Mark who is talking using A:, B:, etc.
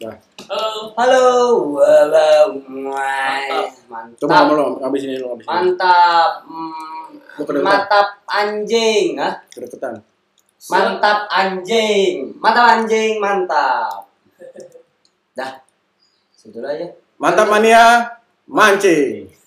A: Nah,
B: Halo.
C: Halo, walau muai.
A: Coba ngomong
C: Mantap.
A: lo, habis ini lo, habis ini.
C: Nah. Mantap. Mm,
A: Lu kedeketan.
C: Mantap anjing, ah.
A: Kedeketan.
C: Mantap anjing. Mantap anjing, mantap. Dah. Situ aja.
A: Mantap mania, mancing.